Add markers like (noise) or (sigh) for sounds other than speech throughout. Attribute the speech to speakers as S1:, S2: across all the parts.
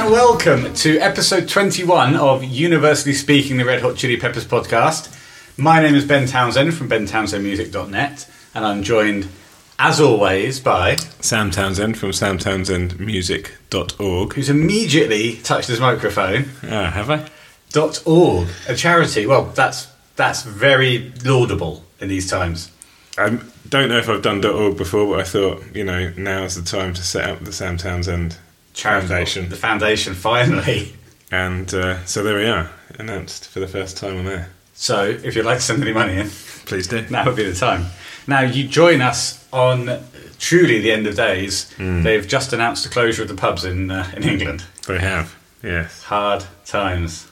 S1: welcome to episode 21 of Universally Speaking, the Red Hot Chili Peppers podcast. My name is Ben Townsend from bentownsendmusic.net, and I'm joined, as always, by
S2: Sam Townsend from samtownsendmusic.org.
S1: who's immediately touched his microphone.
S2: Ah, have I?
S1: Dot org, a charity. Well, that's that's very laudable in these times.
S2: I don't know if I've done .org before, but I thought, you know, now's the time to set up the Sam Townsend
S1: Charitable.
S2: Foundation.
S1: The foundation, finally.
S2: And uh, so there we are, announced for the first time on air.
S1: So, if you'd like to send any money in,
S2: Please do.
S1: now would be the time. Now you join us on truly the end of days. They've just announced the closure of the pubs in uh, in England.
S2: They have, yes.
S1: Hard times.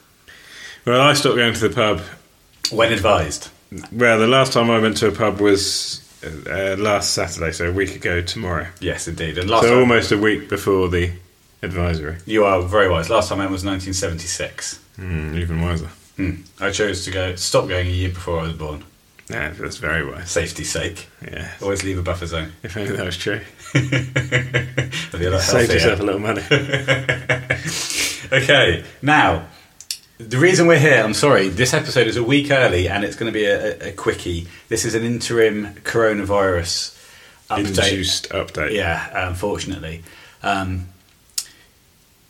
S2: Well, I stopped going to the pub.
S1: When advised.
S2: Well, the last time I went to a pub was uh, uh, last Saturday, so a week ago tomorrow.
S1: Yes, indeed. And last
S2: So
S1: time,
S2: almost a week before the advisory.
S1: you are very wise. Last time I went was 1976.
S2: Mm, even wiser.
S1: Hmm. I chose to go stop going a year before I was born.
S2: Yeah, that's very wise.
S1: Safety's sake.
S2: Yeah.
S1: Always leave a buffer zone. (laughs)
S2: If only that was true.
S1: But the other
S2: Saved
S1: healthier.
S2: yourself a little money.
S1: Okay, now, the reason we're here, I'm sorry, this episode is a week early and it's going to be a, a, a quickie. This is an interim coronavirus update.
S2: Induced update.
S1: Yeah, unfortunately. Um,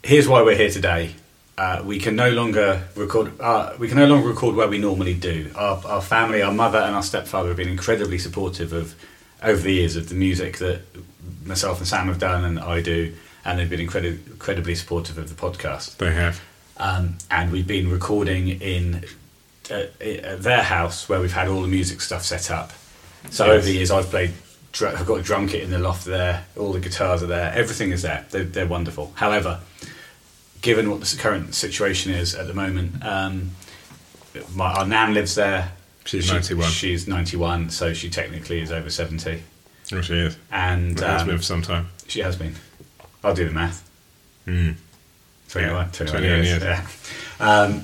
S1: here's why we're here today. Uh, we can no longer record. Uh, we can no longer record where we normally do. Our, our family, our mother, and our stepfather have been incredibly supportive of over the years of the music that myself and Sam have done, and I do, and they've been incredi- incredibly supportive of the podcast
S2: They have.
S1: um, and we've been recording in uh, at their house where we've had all the music stuff set up. So
S2: Yes.
S1: over the years, I've played. dr- I've got a drum kit in the loft there. All the guitars are there. Everything is there. They're, they're wonderful. However, given what the s- current situation is at the moment, um, my, our nan lives there.
S2: She's 91.
S1: She's ninety-one, so she technically is over seventy,
S2: Oh, she is.
S1: and
S2: That has
S1: um,
S2: been for some time.
S1: she has been. I'll do the math.
S2: Hmm. Yeah,
S1: 21, 21
S2: 21
S1: years.
S2: years.
S1: Yeah. Um,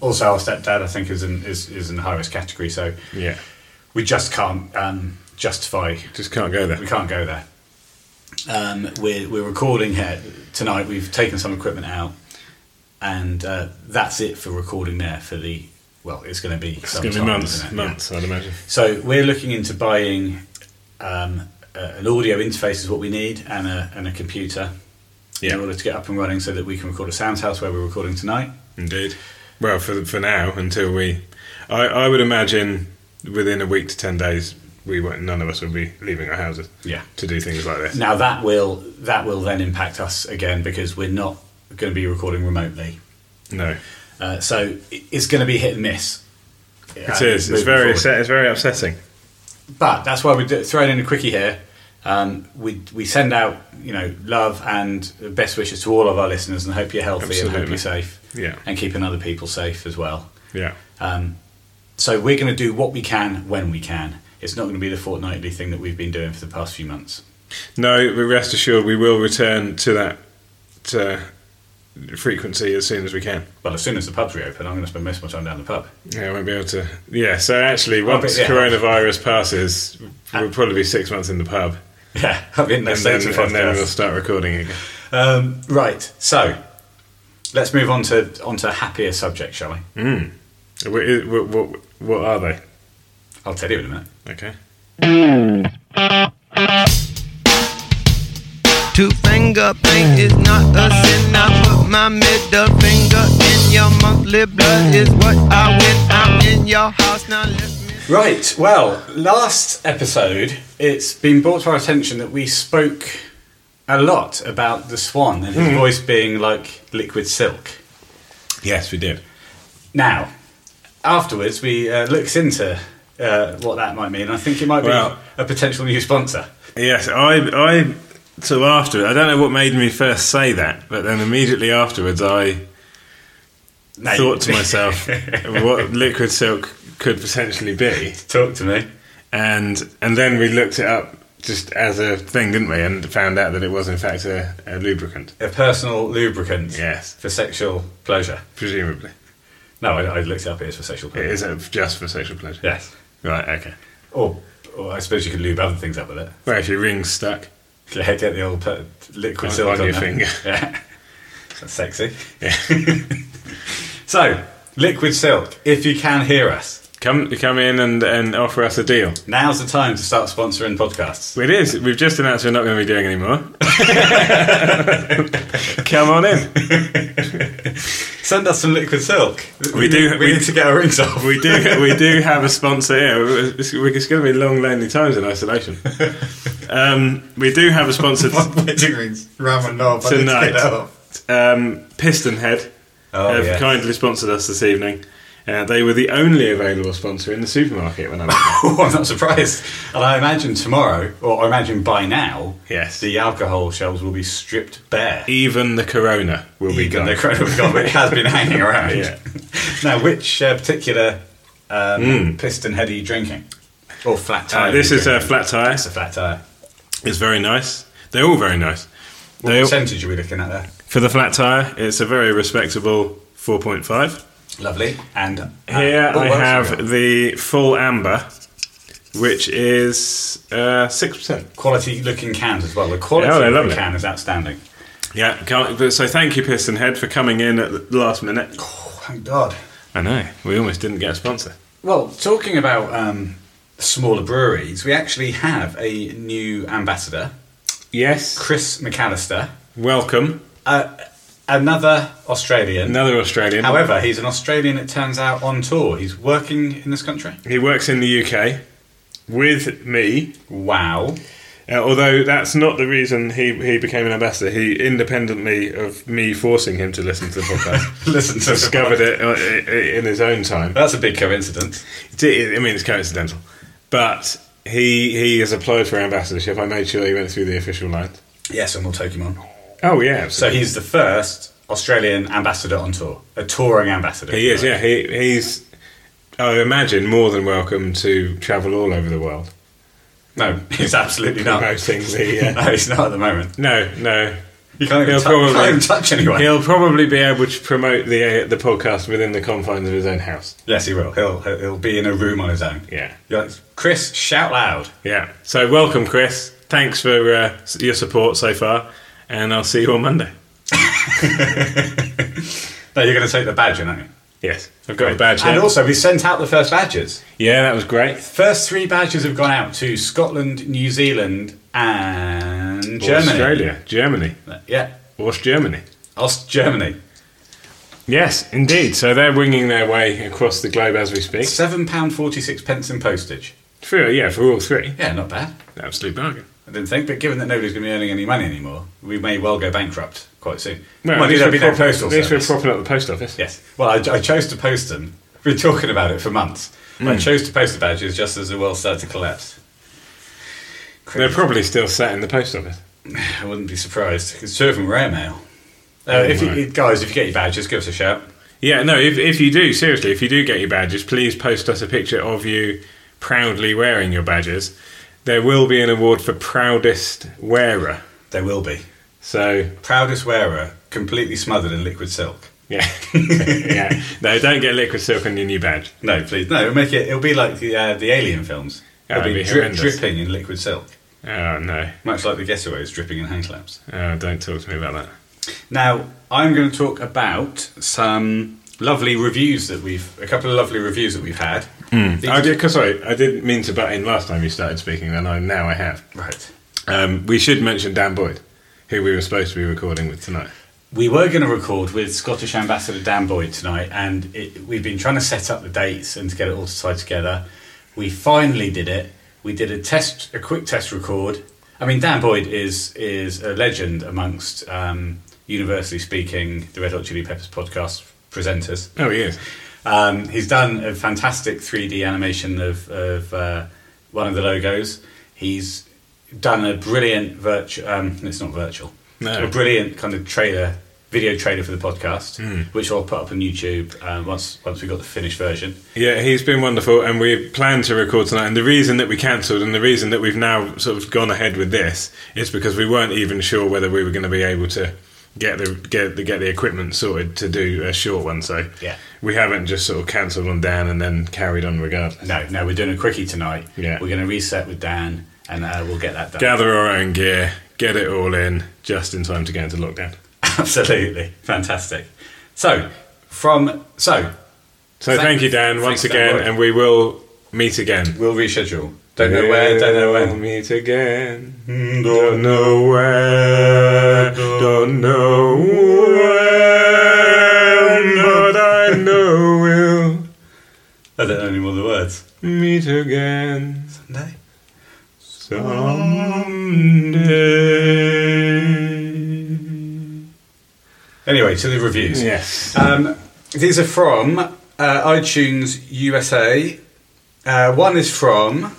S1: also, our stepdad, I think, is in is, is in the high risk category, so
S2: Yeah.
S1: we just can't um, justify.
S2: Just can't go
S1: We
S2: there.
S1: can't go there. Um, we're we're recording here tonight. We've taken some equipment out, and uh, that's it for recording there for the. Well, it's going to be
S2: It's going to be months, months, I'd imagine.
S1: so we're looking into buying um, uh, an audio interface is what we need and a, and a computer
S2: Yeah.
S1: in order to get up and running so that we can record a sound house where we're recording tonight.
S2: Indeed. Well, for for now, until we, I, I would imagine within a week to ten days, we won't, none of us will be leaving our houses.
S1: Yeah.
S2: To do things like this.
S1: Now that will that will then impact us again because we're not going to be recording remotely.
S2: No.
S1: Uh, so i- it's going to be hit and miss. Uh,
S2: It is. It's very upset, it's very upsetting.
S1: But that's why we do, throwing in a quickie here. Um, we we send out you know love and best wishes to all of our listeners and hope you're healthy and hope
S2: Absolutely.
S1: you're safe.
S2: Yeah.
S1: and keeping other people safe as well.
S2: Yeah.
S1: Um, so we're going to do what we can when we can. It's not going to be the fortnightly thing that we've been doing for the past few months.
S2: No, but rest assured, we will return to that uh frequency as soon as we can.
S1: Well, as soon as the pubs reopen, I'm going to spend most of my time down the pub. (laughs)
S2: Yeah, I won't be able to. Yeah, so actually,
S1: Well,
S2: once
S1: but, yeah.
S2: coronavirus passes, we'll probably be six months in the pub,
S1: Yeah, (laughs) I'll be in
S2: and
S1: those
S2: then,
S1: states of
S2: and then we'll
S1: podcasts.
S2: start recording again.
S1: Um, right, so let's move on to onto a happier subject, shall we?
S2: What, what, what, what are they?
S1: I'll tell you in a minute.
S2: Okay.
S3: Two finger paint is not a sin. I put my middle finger in your monthly blood is what I win. I'm in your house now. Let me.
S1: Right, well, last episode, it's been brought to our attention that we spoke a lot about the swan and his
S2: Hmm.
S1: voice being like liquid silk.
S2: Yes, we did.
S1: Now, afterwards, we uh, looked into uh, what that might mean. I think it might be
S2: Well-
S1: a potential new sponsor.
S2: Yes, I, I. So after, I don't know what made me first say that, but then immediately afterwards, I
S1: No,
S2: thought to (laughs) myself what liquid silk could potentially be,
S1: (laughs) talk to me.
S2: and and then we looked it up just as a thing, didn't we? And found out that it was in fact a, a lubricant,
S1: A personal lubricant.
S2: Yes.
S1: For sexual pleasure.
S2: presumably.
S1: No, I, I looked it up. It is for sexual
S2: It
S1: pleasure.
S2: isn't just for sexual pleasure.
S1: Yes.
S2: Right. Okay.
S1: Or, or I suppose you could lube other things up with it.
S2: Well, if your ring's stuck,
S1: Yeah, Get the old per- liquid
S2: On-
S1: silk
S2: on your
S1: there.
S2: finger.
S1: (laughs) Yeah. That's sexy. (laughs) so, Liquid Silk, if you can hear us,
S2: Come come in and, and offer us a deal.
S1: now's the time to start sponsoring podcasts.
S2: It is. We've just announced we're not going to be doing
S1: (laughs)
S2: anymore. come on in.
S1: Send us some Liquid Silk.
S2: We do-
S1: We
S2: we-
S1: need to get our
S2: (laughs)
S1: rings off.
S2: We do we do have a sponsor here. It's, it's going to be long, lonely times in isolation. Um, we do have a
S1: (laughs)
S2: sponsor t-
S1: My wedding rings round my knob. I need to get that
S2: tonight.
S1: off.
S2: Um, Pistonhead
S1: Oh,
S2: have
S1: yes.
S2: kindly sponsored us this evening. Uh, they were the only available sponsor in the supermarket when I went.
S1: (laughs) Oh, (laughs) I'm not surprised. And I imagine tomorrow, or I imagine by now,
S2: Yes.
S1: the alcohol shelves will be stripped bare.
S2: Even the Corona will be
S1: Even
S2: gone. (laughs)
S1: the credit we've got, which has been hanging (laughs) around.
S2: Yeah.
S1: now, which uh, particular um, piston head are you drinking? Or flat tire?
S2: Hmm. Uh, this
S1: are you
S2: is a
S1: drinking?
S2: flat tire.
S1: It's a flat tire.
S2: It's very nice. They're all very nice.
S1: What
S2: They all,
S1: percentage are we looking at there?
S2: for the flat tire, it's a very respectable 4.5.
S1: Lovely. And uh,
S2: Here
S1: what
S2: I
S1: else we got?
S2: have the full amber, which is uh, 6%.
S1: quality looking cans as well. The quality
S2: Yeah, Oh, they're
S1: of the
S2: lovely.
S1: can is outstanding.
S2: Yeah, can't- but- so thank you, Piston Head, for coming in at the last minute.
S1: Oh, thank God.
S2: I know, we almost didn't get a sponsor.
S1: Well, talking about um, smaller breweries, we actually have a new ambassador,
S2: Yes.
S1: Chris McAllister,
S2: Welcome.
S1: uh, another Australian.
S2: Another Australian.
S1: However, he's an Australian, it turns out, on tour. He's working in this country.
S2: he works in the UK with me,
S1: Wow. (laughs)
S2: Uh, although that's not the reason he, he became an ambassador. He independently of me forcing him to listen to the podcast, (laughs)
S1: Listen to
S2: discovered it uh, i- i- in his own time.
S1: That's a big coincidence.
S2: It- it- I mean, it's coincidental, but he he has applied for ambassadorship. I made sure he went through the official lines.
S1: Yes, and we'll take him on.
S2: Oh yeah,
S1: So
S2: absolutely.
S1: he's the first Australian ambassador on tour, a touring ambassador.
S2: he is. Yeah, he he's. I imagine more than welcome to travel all over the world.
S1: No, (laughs) he's absolutely not.
S2: Promoting the. Uh,
S1: (laughs) No, he's not at the moment.
S2: no, no.
S1: You can't even,
S2: He'll
S1: tou- can't
S2: probably-
S1: even touch anyone.
S2: He'll probably be able to promote the uh, the podcast within the confines of his own house.
S1: Yes, he will. He'll he'll he'll be in a room on his own.
S2: Yeah.
S1: You're like, Chris, shout loud.
S2: Yeah. So welcome, Chris. Thanks for uh, s- your support so far, and I'll see you on Monday.
S1: No, you're going to take the badge, aren't you?
S2: Yes, I've got a badge here.
S1: And also, we sent out the first badges.
S2: yeah, that was great.
S1: First three badges have gone out to Scotland, New Zealand, and Germany.
S2: Australia, Germany,
S1: Yeah,
S2: West Germany.
S1: Aus Germany.
S2: Yes, indeed. So they're winging their way across the globe as we speak.
S1: Seven pound forty six pence in postage.
S2: For, yeah, for all three,
S1: Yeah, not bad.
S2: absolute bargain.
S1: I didn't think, but given that nobody's going to be earning any money anymore, we may well go bankrupt quite soon.
S2: Well,
S1: Well,
S2: at least
S1: there'll be
S2: we're
S1: no
S2: prop-
S1: postal
S2: at least we're
S1: service.
S2: propping up the post office.
S1: Yes. Well, I, I chose to post them. We've been talking about it for months.
S2: Hmm.
S1: I chose to post the badges just as the world started to collapse.
S2: They're
S1: Crazy.
S2: probably still sat in the post office.
S1: I wouldn't be surprised because two of them were airmail. Uh,
S2: Oh
S1: if you, guys, if you get your badges, give us a shout.
S2: Yeah, no, if, if you do, seriously, if you do get your badges, please post us a picture of you proudly wearing your badges. There will be an award for proudest wearer.
S1: There will be
S2: So,
S1: proudest wearer, completely smothered in liquid silk.
S2: yeah. (laughs) yeah. No, don't get liquid silk on your new badge.
S1: No, please, no. It'll make it. It'll be like the uh, the Alien films.
S2: Yeah,
S1: it'll be,
S2: it'd be
S1: drip,
S2: horrendous.
S1: dripping in liquid silk,
S2: Oh, no.
S1: much like the getaways dripping in hand claps.
S2: Oh, don't talk to me about that.
S1: Now, I'm going to talk about some lovely reviews that we've, a couple of lovely reviews that we've had. These-
S2: I did, cause sorry, I didn't mean to butt in last time you started speaking, and I now I have.
S1: Right.
S2: Um, we should mention Dan Boyd, who we were supposed to be recording with tonight.
S1: We were going to record with Scottish Ambassador Dan Boyd tonight, and it, we've been trying to set up the dates and to get it all tied together. We finally did it. We did a test, a quick test record. I mean, Dan Boyd is is a legend amongst um, universally speaking the Red Hot Chili Peppers podcast presenters.
S2: Oh, he is.
S1: Um, he's done a fantastic 3D animation of, of uh, one of the logos. He's done a brilliant virtual. Um, it's not virtual.
S2: No.
S1: A brilliant kind of trailer, video trailer for the podcast,
S2: Hmm.
S1: which I'll put up on YouTube uh, once once we got the finished version.
S2: Yeah, he's been wonderful, and we plan to record tonight. And the reason that we cancelled, and the reason that we've now sort of gone ahead with this, is because we weren't even sure whether we were going to be able to get the get the get the equipment sorted to do a short one. So
S1: Yeah.
S2: we haven't just sort of cancelled on Dan and then carried on regardless.
S1: No, no, we're doing a quickie tonight.
S2: Yeah.
S1: We're going to reset with Dan, and uh, we'll get that done.
S2: Gather our own gear, get it all in just in time to go into lockdown.
S1: (laughs) Absolutely fantastic. So from so
S2: So thank, you, Dan, once
S1: Thanks, Dan
S2: again,
S1: Boyd.
S2: and we will meet again.
S1: we'll reschedule. Don't know where. Don't know
S2: We'll
S1: when. Mm,
S2: meet again.
S1: Don't
S2: Don't know where. Don't know when, but I know we'll
S1: I don't know any more of the words.
S2: meet again
S1: No.
S2: someday.
S1: Anyway, to the reviews.
S2: Yes.
S1: Um, these are from uh, iTunes USA. Uh, one is from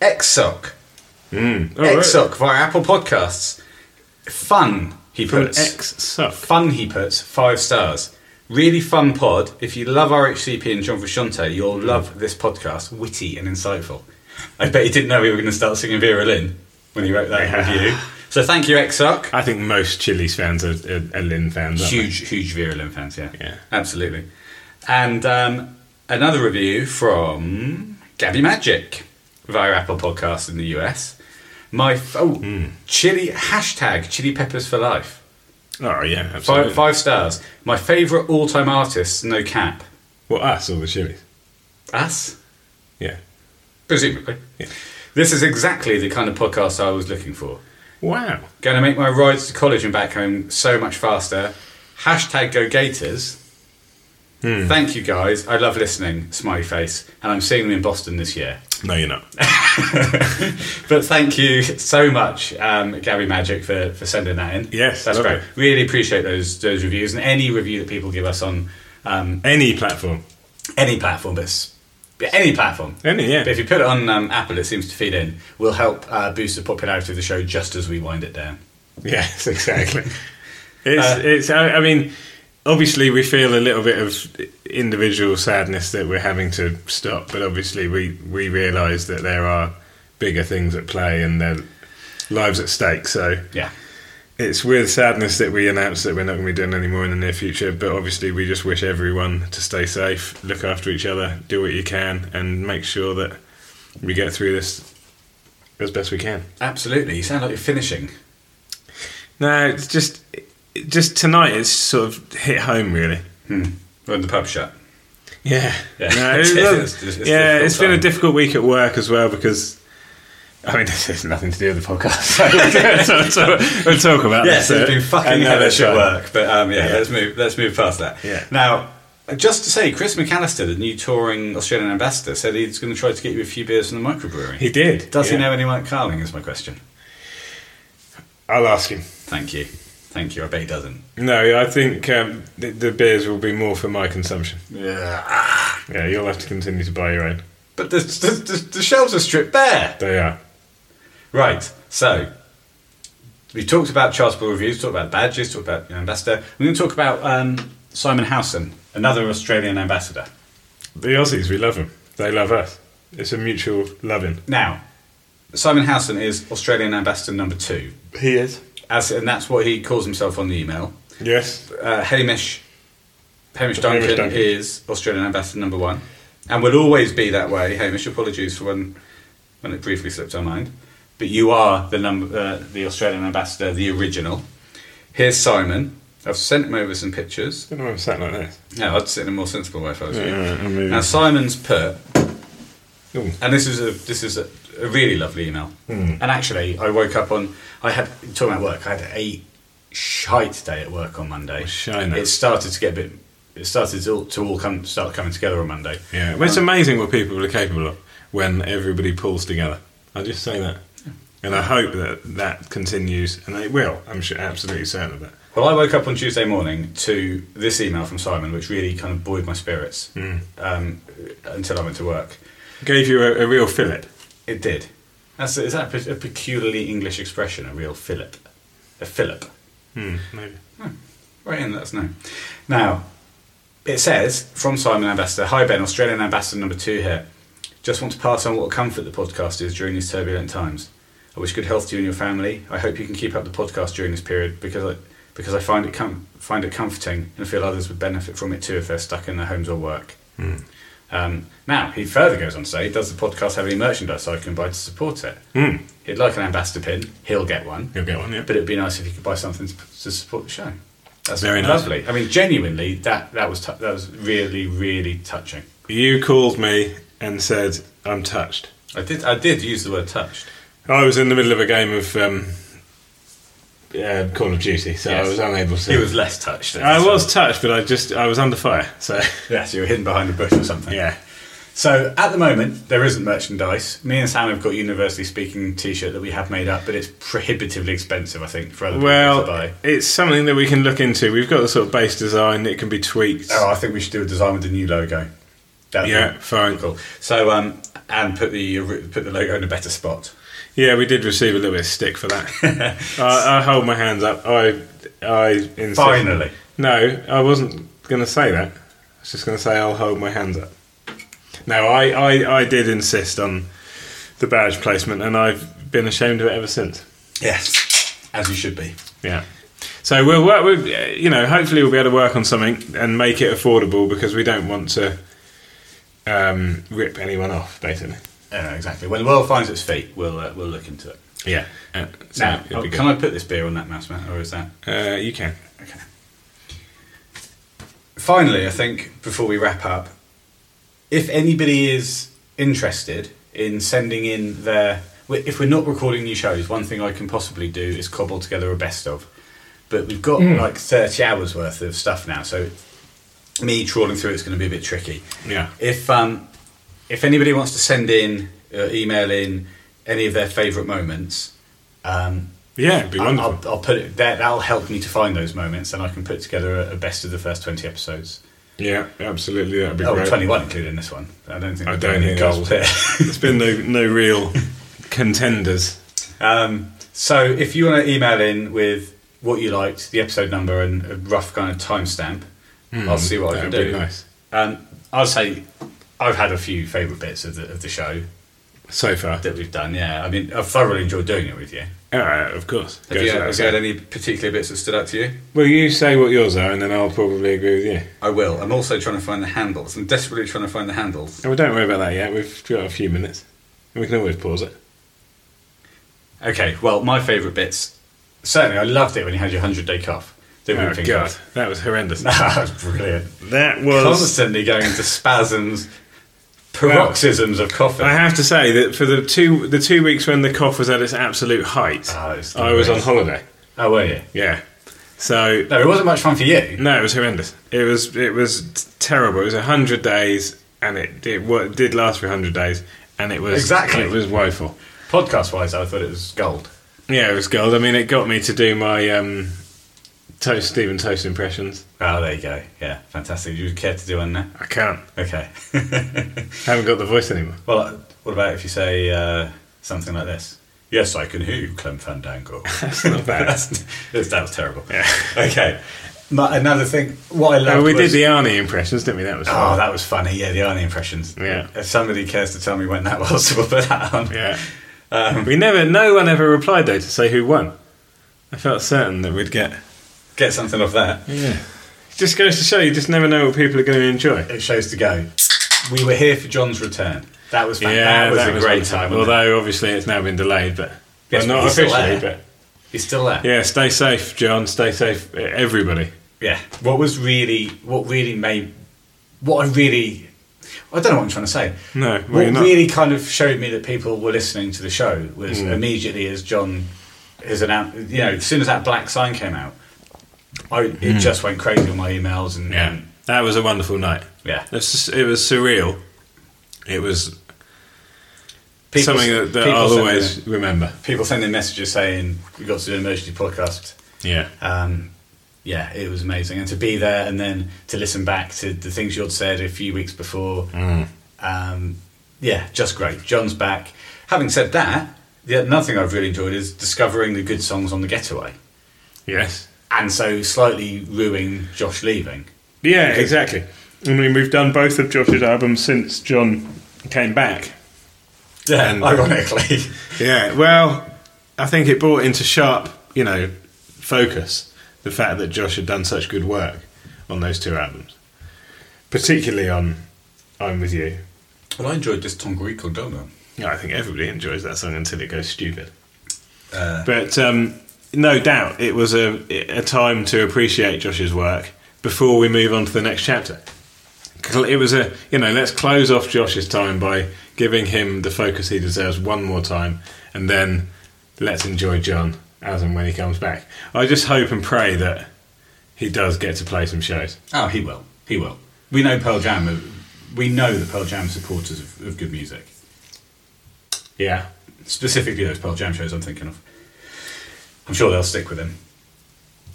S1: Exoc.
S2: Mm. All right.
S1: Exoc via Apple Podcasts. Fun, he
S2: From
S1: puts.
S2: X suck.
S1: Fun, he puts. Five stars. Really fun pod. If you love RHCP and John Frusciante, you'll
S2: Mm.
S1: love this podcast. Witty and insightful. I bet he didn't know we were going to start singing Vera Lynn when he wrote that review. So thank you, Exoc.
S2: I think most Chili's fans are, are, are Lynn fans. aren't they?
S1: huge, huge Vera Lynn fans. Yeah,
S2: Yeah.
S1: absolutely. And um, another review from Gabby Magic via Apple Podcasts in the US. My f- oh,
S2: Hmm.
S1: chili hashtag Chili Peppers for life.
S2: Oh yeah, absolutely.
S1: Five, five stars. My favourite all-time artists, no cap.
S2: Well, us or the Chili's.
S1: Us,
S2: Yeah.
S1: presumably.
S2: Yeah.
S1: This is exactly the kind of podcast I was looking for.
S2: Wow.
S1: Going to make my rides to college and back home so much faster. Hashtag go Gators.
S2: Hmm.
S1: Thank you guys. I love listening. Smiley face. And I'm seeing them in Boston this year.
S2: No, you're not.
S1: But thank you so much, um, Gabby Magic, for, for sending that in.
S2: Yes,
S1: That's
S2: lovely.
S1: great. Really appreciate those, those reviews and any review that people give us on um,
S2: Any platform.
S1: any platform, but s- but any platform.
S2: Any, yeah.
S1: But if you put it on um, Apple, it seems to feed in, will help uh, boost the popularity of the show just as we wind it down.
S2: Yes, exactly. (laughs) It's,
S1: Uh,
S2: it's. I, I mean, obviously, we feel a little bit of individual sadness that we're having to stop, but obviously, we we realise that there are bigger things at play and their lives at stake. So
S1: Yeah.
S2: it's with sadness that we announce that we're not going to be doing any more in the near future. But obviously, we just wish everyone to stay safe, look after each other, do what you can, and make sure that we get through this as best we can.
S1: Absolutely. You sound like you're finishing.
S2: No, it's just just tonight. It's sort of hit home, really.
S1: When Mm. the pub shut.
S2: Yeah,
S1: Yeah.
S2: No,
S1: (laughs)
S2: it
S1: It's-
S2: was-
S1: it's- it's
S2: yeah.
S1: difficult
S2: It's been a
S1: time.
S2: difficult week at work as well because. I mean, (laughs) this has nothing to do with the podcast. (laughs)
S1: (laughs)
S2: so, so we'll talk about
S1: Yes,
S2: this.
S1: it's been fucking
S2: another
S1: hellish at
S2: time.
S1: work. But um, yeah,
S2: Yeah.
S1: let's move. Let's move past that.
S2: Yeah.
S1: Now, just to say, Chris McAllister, the new touring Australian ambassador, said he's going to try to get you a few beers from the microbrewery.
S2: He did.
S1: Does
S2: yeah.
S1: he know any Mike Carling? Is my question.
S2: I'll ask him.
S1: Thank you. Thank you. I bet he doesn't.
S2: No, I think um, the, the beers will be more for my consumption.
S1: Yeah.
S2: Yeah, you'll have to continue to buy your own.
S1: But the, the, the, the shelves are stripped bare.
S2: They are.
S1: Right. So we talked about charitable reviews, talked about badges, talked about you know, ambassador. We're going to talk about um, Simon Howson, another Australian ambassador.
S2: The Aussies, we love them. They love us. It's a mutual loving.
S1: Now, Simon Howson is Australian ambassador number two,
S2: He is.
S1: as and that's what he calls himself on the email.
S2: Yes.
S1: Uh, Hamish Hamish Duncan,
S2: Hamish Duncan.
S1: is Australian ambassador number one, and will always be that way. Hamish, apologies for when when it briefly slipped our mind, but you are the number uh, the Australian ambassador, the original. Here's Simon. I've sent him over some pictures.
S2: don't know why I'm sat like this.
S1: No, I'd sit in a more sensible way if I was you.
S2: Yeah, I'm moving.
S1: Now Simon's put
S2: Ooh. Hmm.
S1: and this is a this is a, a really lovely email. And actually, I woke up on I had talking about work. I had a shite day at work on Monday.
S2: shite.
S1: It started to get a bit. It started to all, to all come start coming together on Monday. Um,
S2: Yeah, well, it's amazing what people are capable of when everybody pulls together. I just say that, and I hope that that continues, and it will. I'm sure, absolutely certain of that.
S1: Well, I woke up on Tuesday morning to this email from Simon, which really kind of buoyed my spirits
S2: Hmm.
S1: um, until I went to work.
S2: Gave you a, a real fillip.
S1: It did. That's, is that a, pe- a peculiarly English expression? A real fillip, a fillip.
S2: Hmm, maybe.
S1: Right in, let us know. Now, it says from Simon Ambassador Hi Ben, Australian Ambassador number two here. Just want to pass on what a comfort the podcast is during these turbulent times. I wish good health to you and your family. I hope you can keep up the podcast during this period because I, because I find, it com- find it comforting and feel others would benefit from it too if they're stuck in their homes or work. Um, now, he further goes on to say, does the podcast have any merchandise I can buy to support it?
S2: Mm.
S1: He'd like an ambassador pin. He'll get one.
S2: You'll get one, yeah.
S1: But it'd be nice if he could buy something to, to support the show. That's
S2: Very
S1: Very
S2: nice.
S1: lovely. I mean, genuinely, that, that was tou- that was really really touching.
S2: You called me and said, I'm touched.
S1: I did I did use the word touched.
S2: I was in the middle of a game of um, uh, Call of Duty, so
S1: Yes.
S2: I was unable to.
S1: He was less touched.
S2: I was touched, but I just I was under fire. So (laughs)
S1: Yes, you were hidden behind a bush or something.
S2: yeah,
S1: So at the moment, there isn't merchandise. Me and Sam have got Universally Speaking T-shirt that we have made up, but it's prohibitively expensive. I think for other people to
S2: well,
S1: buy.
S2: it's something that we can look into. We've got the sort of base design; it can be tweaked.
S1: Oh, I think we should do a design with the new logo. That'd be
S2: Yeah, fine.
S1: Cool. So um, and put the put the logo in a better spot.
S2: Yeah, we did receive a little bit of stick for that. I, I hold my hands up. I I insist.
S1: Finally.
S2: No, I wasn't going to say that. I was just going to say I'll hold my hands up. No, I, I, I did insist on the badge placement, and I've been ashamed of it ever since.
S1: Yes, as you should be.
S2: Yeah. So we'll work with, uh, you know, hopefully we'll be able to work on something and make it affordable because we don't want to um, rip anyone off, basically.
S1: Yeah, exactly. When the world finds its feet, we'll uh, we'll look into it.
S2: Yeah. Uh, so
S1: Now, oh,
S2: it'll be
S1: can I put this beer on that mouse mat, or is that
S2: good. uh, you can.
S1: okay? Finally, I think before we wrap up, if anybody is interested in sending in their, we- if we're not recording new shows, one thing I can possibly do is cobble together a best of. But we've got like thirty hours worth of stuff now, so me trawling through it's going to be a bit tricky.
S2: Yeah.
S1: If um, if anybody wants to send in, uh, email in any of their favourite moments, um,
S2: Yeah, it'd be
S1: I'll,
S2: wonderful.
S1: I'll, I'll put it there. That'll help me to find those moments, and I can put together a, a best of the first twenty episodes.
S2: Yeah, absolutely. That'd be
S1: Oh,
S2: great.
S1: 21 including this one. I don't think.
S2: I
S1: we've
S2: don't
S1: done any
S2: think that
S1: (laughs) goals
S2: was
S1: here.
S2: (laughs) There's been no no
S1: (laughs)
S2: real contenders.
S1: um, so if you want to email in with what you liked, the episode number, and a rough kind of timestamp, I'll see what I can
S2: that'd
S1: do.
S2: Hmm, be nice.
S1: Um, I'll say I've had a few favourite bits of the, of the show
S2: So far,
S1: that we've done. Yeah, I mean, I've thoroughly enjoyed doing it with you.
S2: uh, of course.
S1: Have
S2: Goes
S1: you,
S2: without
S1: have you
S2: saying.
S1: had any particular bits that stood out to you?
S2: Well, you say what yours are, and then I'll probably agree with you.
S1: I will. I'm also trying to find the handles. I'm desperately trying to find the handles.
S2: Well, Oh, don't worry about that yet. We've got a few minutes. We can always pause it.
S1: Okay, well, my favourite bits. Certainly, I loved it when you had your 100 day cough. Didn't
S2: Oh
S1: we think
S2: God,
S1: of it?
S2: that was horrendous.
S1: (laughs) That was brilliant. (laughs)
S2: that was.
S1: Constantly going into spasms, paroxysms of coughing.
S2: I have to say that for the two the two weeks when the cough was at its absolute height,
S1: Ah, it's the
S2: I was on
S1: worst.
S2: holiday.
S1: Oh, were you?
S2: Yeah. So
S1: No, it wasn't much fun for you.
S2: No, it was horrendous. It was it was t- terrible. It was hundred days, and it it, wa did last for hundred days, and it was
S1: Exactly.
S2: it was woeful.
S1: Podcast wise, I thought it was gold.
S2: Yeah, it was gold. I mean, it got me to do my um, toast Stephen Toast impressions.
S1: Oh, there you go. Yeah, fantastic. You care to do one now?
S2: I can't.
S1: Okay. (laughs)
S2: haven't got the voice anymore.
S1: well, what about if you say uh, something like this? Yes, I can hear you, Clem Fandango.
S2: (laughs) That's not bad.
S1: (laughs) That's, that was terrible.
S2: Yeah.
S1: Okay. My, another thing, what I loved
S2: Oh, we did
S1: was-
S2: the Arnie impressions, didn't we? That was
S1: Oh, that was funny. Yeah, the Arnie impressions.
S2: Yeah.
S1: If somebody cares to tell me when that was, (laughs) we'll put that Um, on.
S2: yeah. we never. No one ever replied though to say who won. I felt certain that we'd get.
S1: Get something off that.
S2: Yeah. Just goes to show you just never know what people are going to enjoy.
S1: It shows to go. We were here for John's return. That was fan- that was a great
S2: wonderful.
S1: time. wasn't it?
S2: Although obviously it's now been delayed, but
S1: Yes,
S2: well, not
S1: but he's still
S2: officially.
S1: there.
S2: But
S1: He's still there.
S2: yeah, stay safe, John. Stay safe, eh, everybody.
S1: yeah. What was really, what really made, what I really, I don't know what I'm trying to say.
S2: No, well,
S1: what
S2: you're not.
S1: really kind of showed me that people were listening to the show was
S2: Mm.
S1: immediately as John, as an, you know, as soon as that black sign came out, I it just went crazy on my emails and
S2: Mm. Yeah, Um, that was a wonderful night.
S1: Yeah.
S2: It's just- it was surreal. It was something that, that
S1: people
S2: I'll
S1: sending-
S2: always remember.
S1: people sending messages saying we got to do an emergency podcast.
S2: Yeah,
S1: Um, yeah, it was amazing, and to be there and then to listen back to the things you'd said a few weeks before. Um, yeah, just great. John's back. Having said that, the another thing I've really enjoyed is discovering the good songs on the Getaway,
S2: yes,
S1: and so slightly ruining Josh leaving.
S2: yeah, exactly. I mean, we've done both of Josh's albums since John came back.
S1: Yeah,
S2: And-
S1: (laughs) ironically.
S2: Yeah, well, I think it brought into sharp, you know, focus the fact that Josh had done such good work on those two albums, particularly on I'm with you.
S1: Well, I enjoyed this Tongrico Donut.
S2: Yeah, I think everybody enjoys that song until it goes stupid.
S1: Uh,
S2: But um, no doubt, it was a, a time to appreciate Josh's work before we move on to the next chapter. Cl- It was a, you know, let's close off Josh's time by giving him the focus he deserves one more time, and then let's enjoy John as and when he comes back. I just hope and pray that he does get to play some shows.
S1: oh, he will. He will. We know Pearl Jam. are- We know that Pearl Jam supporters of, of good music.
S2: Yeah.
S1: Specifically, those Pearl Jam shows I'm thinking of. I'm sure they'll stick with him.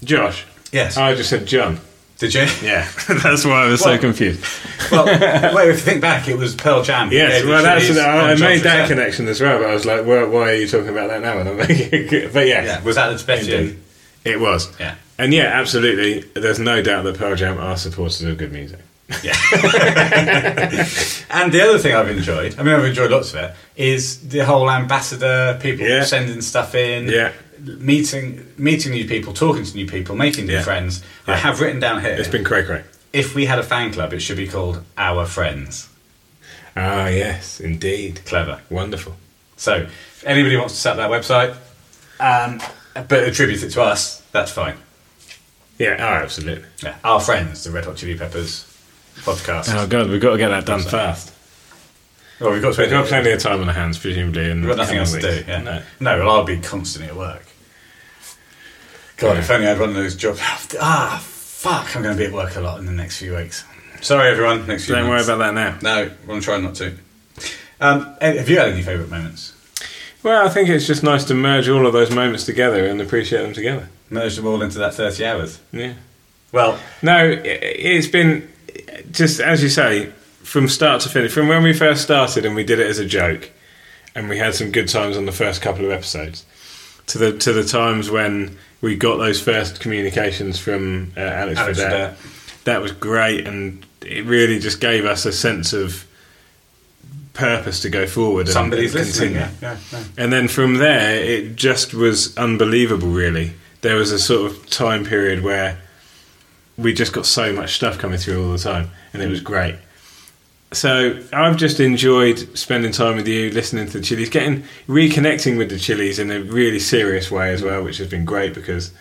S2: Josh.
S1: Yes.
S2: I just said John.
S1: Did you?
S2: Uh, Yeah, (laughs) that's why I was
S1: Well-
S2: so confused.
S1: (laughs)
S2: (laughs)
S1: well, well, if you think back, it was Pearl Jam. who
S2: Yes,
S1: gave
S2: well,
S1: the
S2: that's uh,
S1: cheese
S2: I, I made
S1: and John's
S2: that
S1: Return.
S2: connection as well. But I was like, well, why are you talking about that now? And I'm like, (laughs) but yeah,
S1: Yeah, was that the best
S2: Indeed. it was.
S1: Yeah.
S2: and yeah, absolutely. There's no doubt that Pearl Jam are supporters of good music.
S1: And the other thing I've enjoyed, I mean, I've enjoyed lots of it, is the whole ambassador, people
S2: Yeah.
S1: sending stuff in,
S2: Yeah.
S1: meeting meeting new people, talking to new people, making new
S2: Yeah.
S1: friends. I
S2: Yeah.
S1: have written down here
S2: It's been cray cray.
S1: if we had a fan club, it should be called Our Friends.
S2: Ah, yes, indeed,
S1: Clever.
S2: wonderful.
S1: So, if anybody wants to set up that website, um, but attribute it to us, that's fine.
S2: Yeah, oh, absolutely.
S1: Yeah. Our Friends, the Red Hot Chili Peppers podcast.
S2: Oh God, we've got to get that done fast.
S1: well, Oh, we've got to
S2: We've got plenty of time on our hands, presumably, and
S1: We've got nothing else to do. Yeah. No. well, I'll be constantly at work. God, if only I had one of those jobs. Ah, fuck, I'm going to be at work a lot in the next few weeks. Sorry, everyone. Next few
S2: Don't worry
S1: months.
S2: about that now.
S1: No, I'm trying not to. Um, eh, have you had any favourite moments?
S2: Well, I think it's just nice to merge all of those moments together and appreciate them together.
S1: Merged them all into that 30 hours.
S2: Yeah.
S1: Well,
S2: No, i- it's been just as you say, from start to finish. From when we first started and we did it as a joke, and we had some good times on the first couple of episodes, to the to the times when we got those first communications from uh, Alex,
S1: Alex
S2: Fredette.
S1: Fredette.
S2: That was great, and it really just gave us a sense of purpose to go forward. and-
S1: somebody's
S2: and
S1: listening.
S2: continue.
S1: Yeah, yeah, yeah.
S2: And then from there, it just was unbelievable, really. There was a sort of time period where we just got so much stuff coming through all the time, and it was great. So I've just enjoyed spending time with you, listening to the Chili's, getting reconnecting with the Chili's in a really serious way as well, which has been great because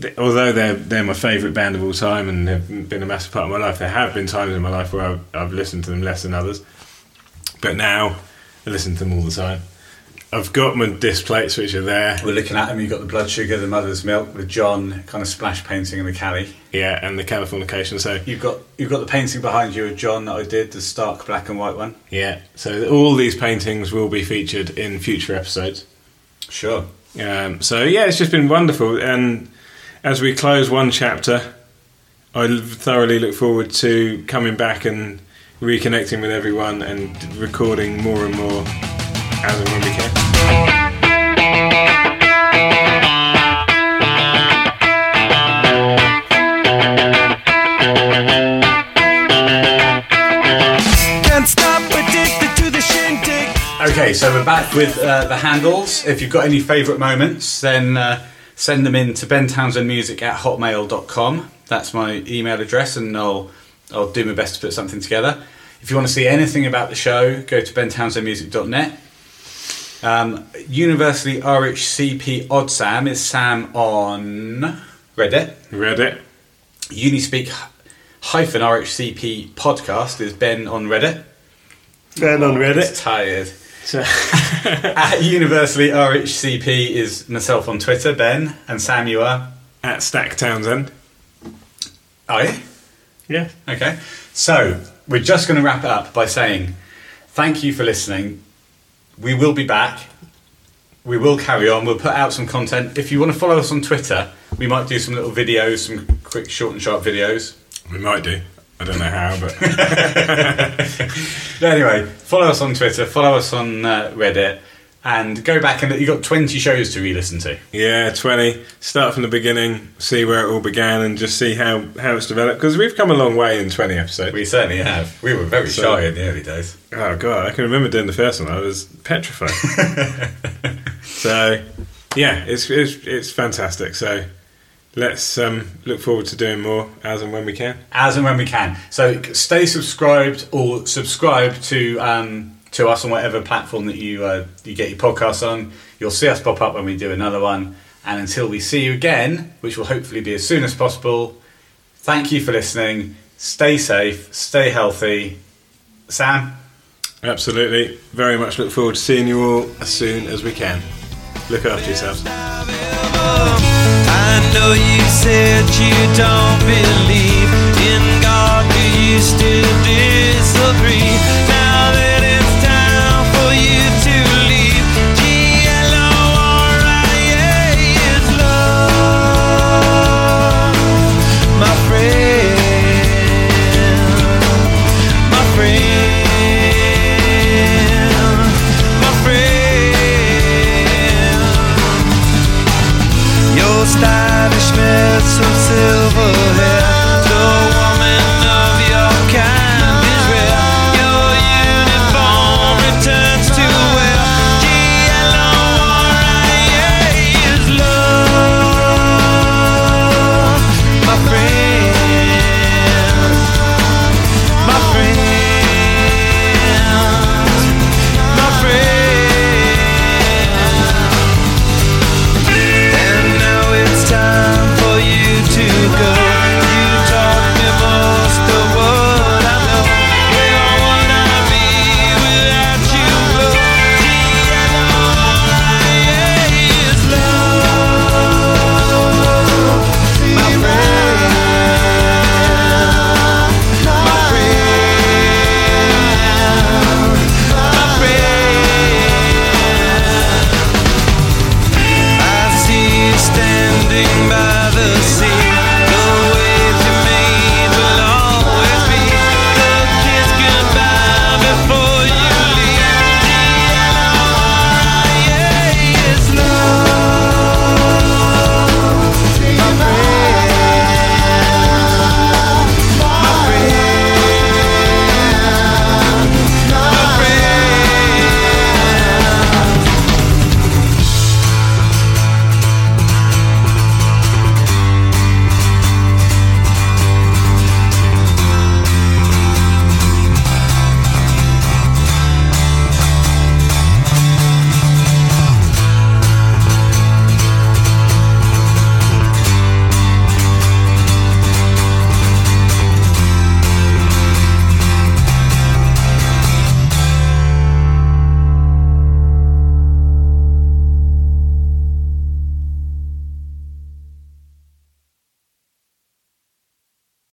S2: th- although they're they're my favourite band of all time and have been a massive part of my life, there have been times in my life where I've, I've listened to them less than others, but now I listen to them all the time. I've got my disc plates which are there,
S1: We're looking at them. You've got the blood sugar, the mother's milk, the John kind of splash painting and the Cali.
S2: yeah, and the Californication. So
S1: You've got you've got the painting behind you of John that I did, the stark black and white one.
S2: yeah, so all these paintings will be featured in future episodes.
S1: Sure.
S2: Um, so yeah, it's just been wonderful. And as we close one chapter, I l- thoroughly look forward to coming back and reconnecting with everyone and recording more and more as and when we can.
S3: Can't stop addicted to the shindig.
S1: Okay, so we're back with uh, the handles. If you've got any favourite moments, then uh, send them in to bentownsendmusic at hotmail.com. That's my email address, and I'll, I'll do my best to put something together. If you want to see anything about the show, go to bentownsendmusic.net. Um, Universally RHCP Odd Sam is Sam on Reddit.
S2: Reddit.
S1: Unispeak hyphen RHCP podcast is Ben on Reddit.
S2: Ben on
S1: It's tired. At Universally RHCP is myself on Twitter, Ben, and Sam, you are.
S2: (laughs) At Stack Townsend.
S1: Are you?
S2: Yeah.
S1: Okay. So, we're just going to wrap it up by saying thank you for listening. We will be back. We will carry on. We'll put out some content. If you want to follow us on Twitter, we might do some little videos, some quick, short, and sharp videos.
S2: We might do. I don't know how, but
S1: But anyway, follow us on Twitter, follow us on uh, Reddit, and go back and you've got 20 shows to re listen to.
S2: yeah, twenty. Start from the beginning, see where it all began, and just see how how it's developed. Because we've come a long way in twenty episodes.
S1: We certainly have. We were very
S2: So-
S1: shy in the early days.
S2: Oh god, I can remember doing the first one. I was (laughs) petrified. so, yeah, it's it's it's fantastic. So, let's um, look forward to doing more as and when we can.
S1: as and when we can. So stay subscribed or subscribe to um, to us on whatever platform that you uh, you get your podcasts on. You'll see us pop up when we do another one. And until we see you again, which will hopefully be as soon as possible. Thank you for listening. Stay safe. Stay healthy. Sam.
S2: Absolutely. Very much look forward to seeing you all as soon as we can. Look after yourselves.
S3: I know you said you don't believe in God, but you still disagree. Now that it's time for you to leave, G-L-O-R-I-A is love, my friend, my friend, my friend. Your stylish mess of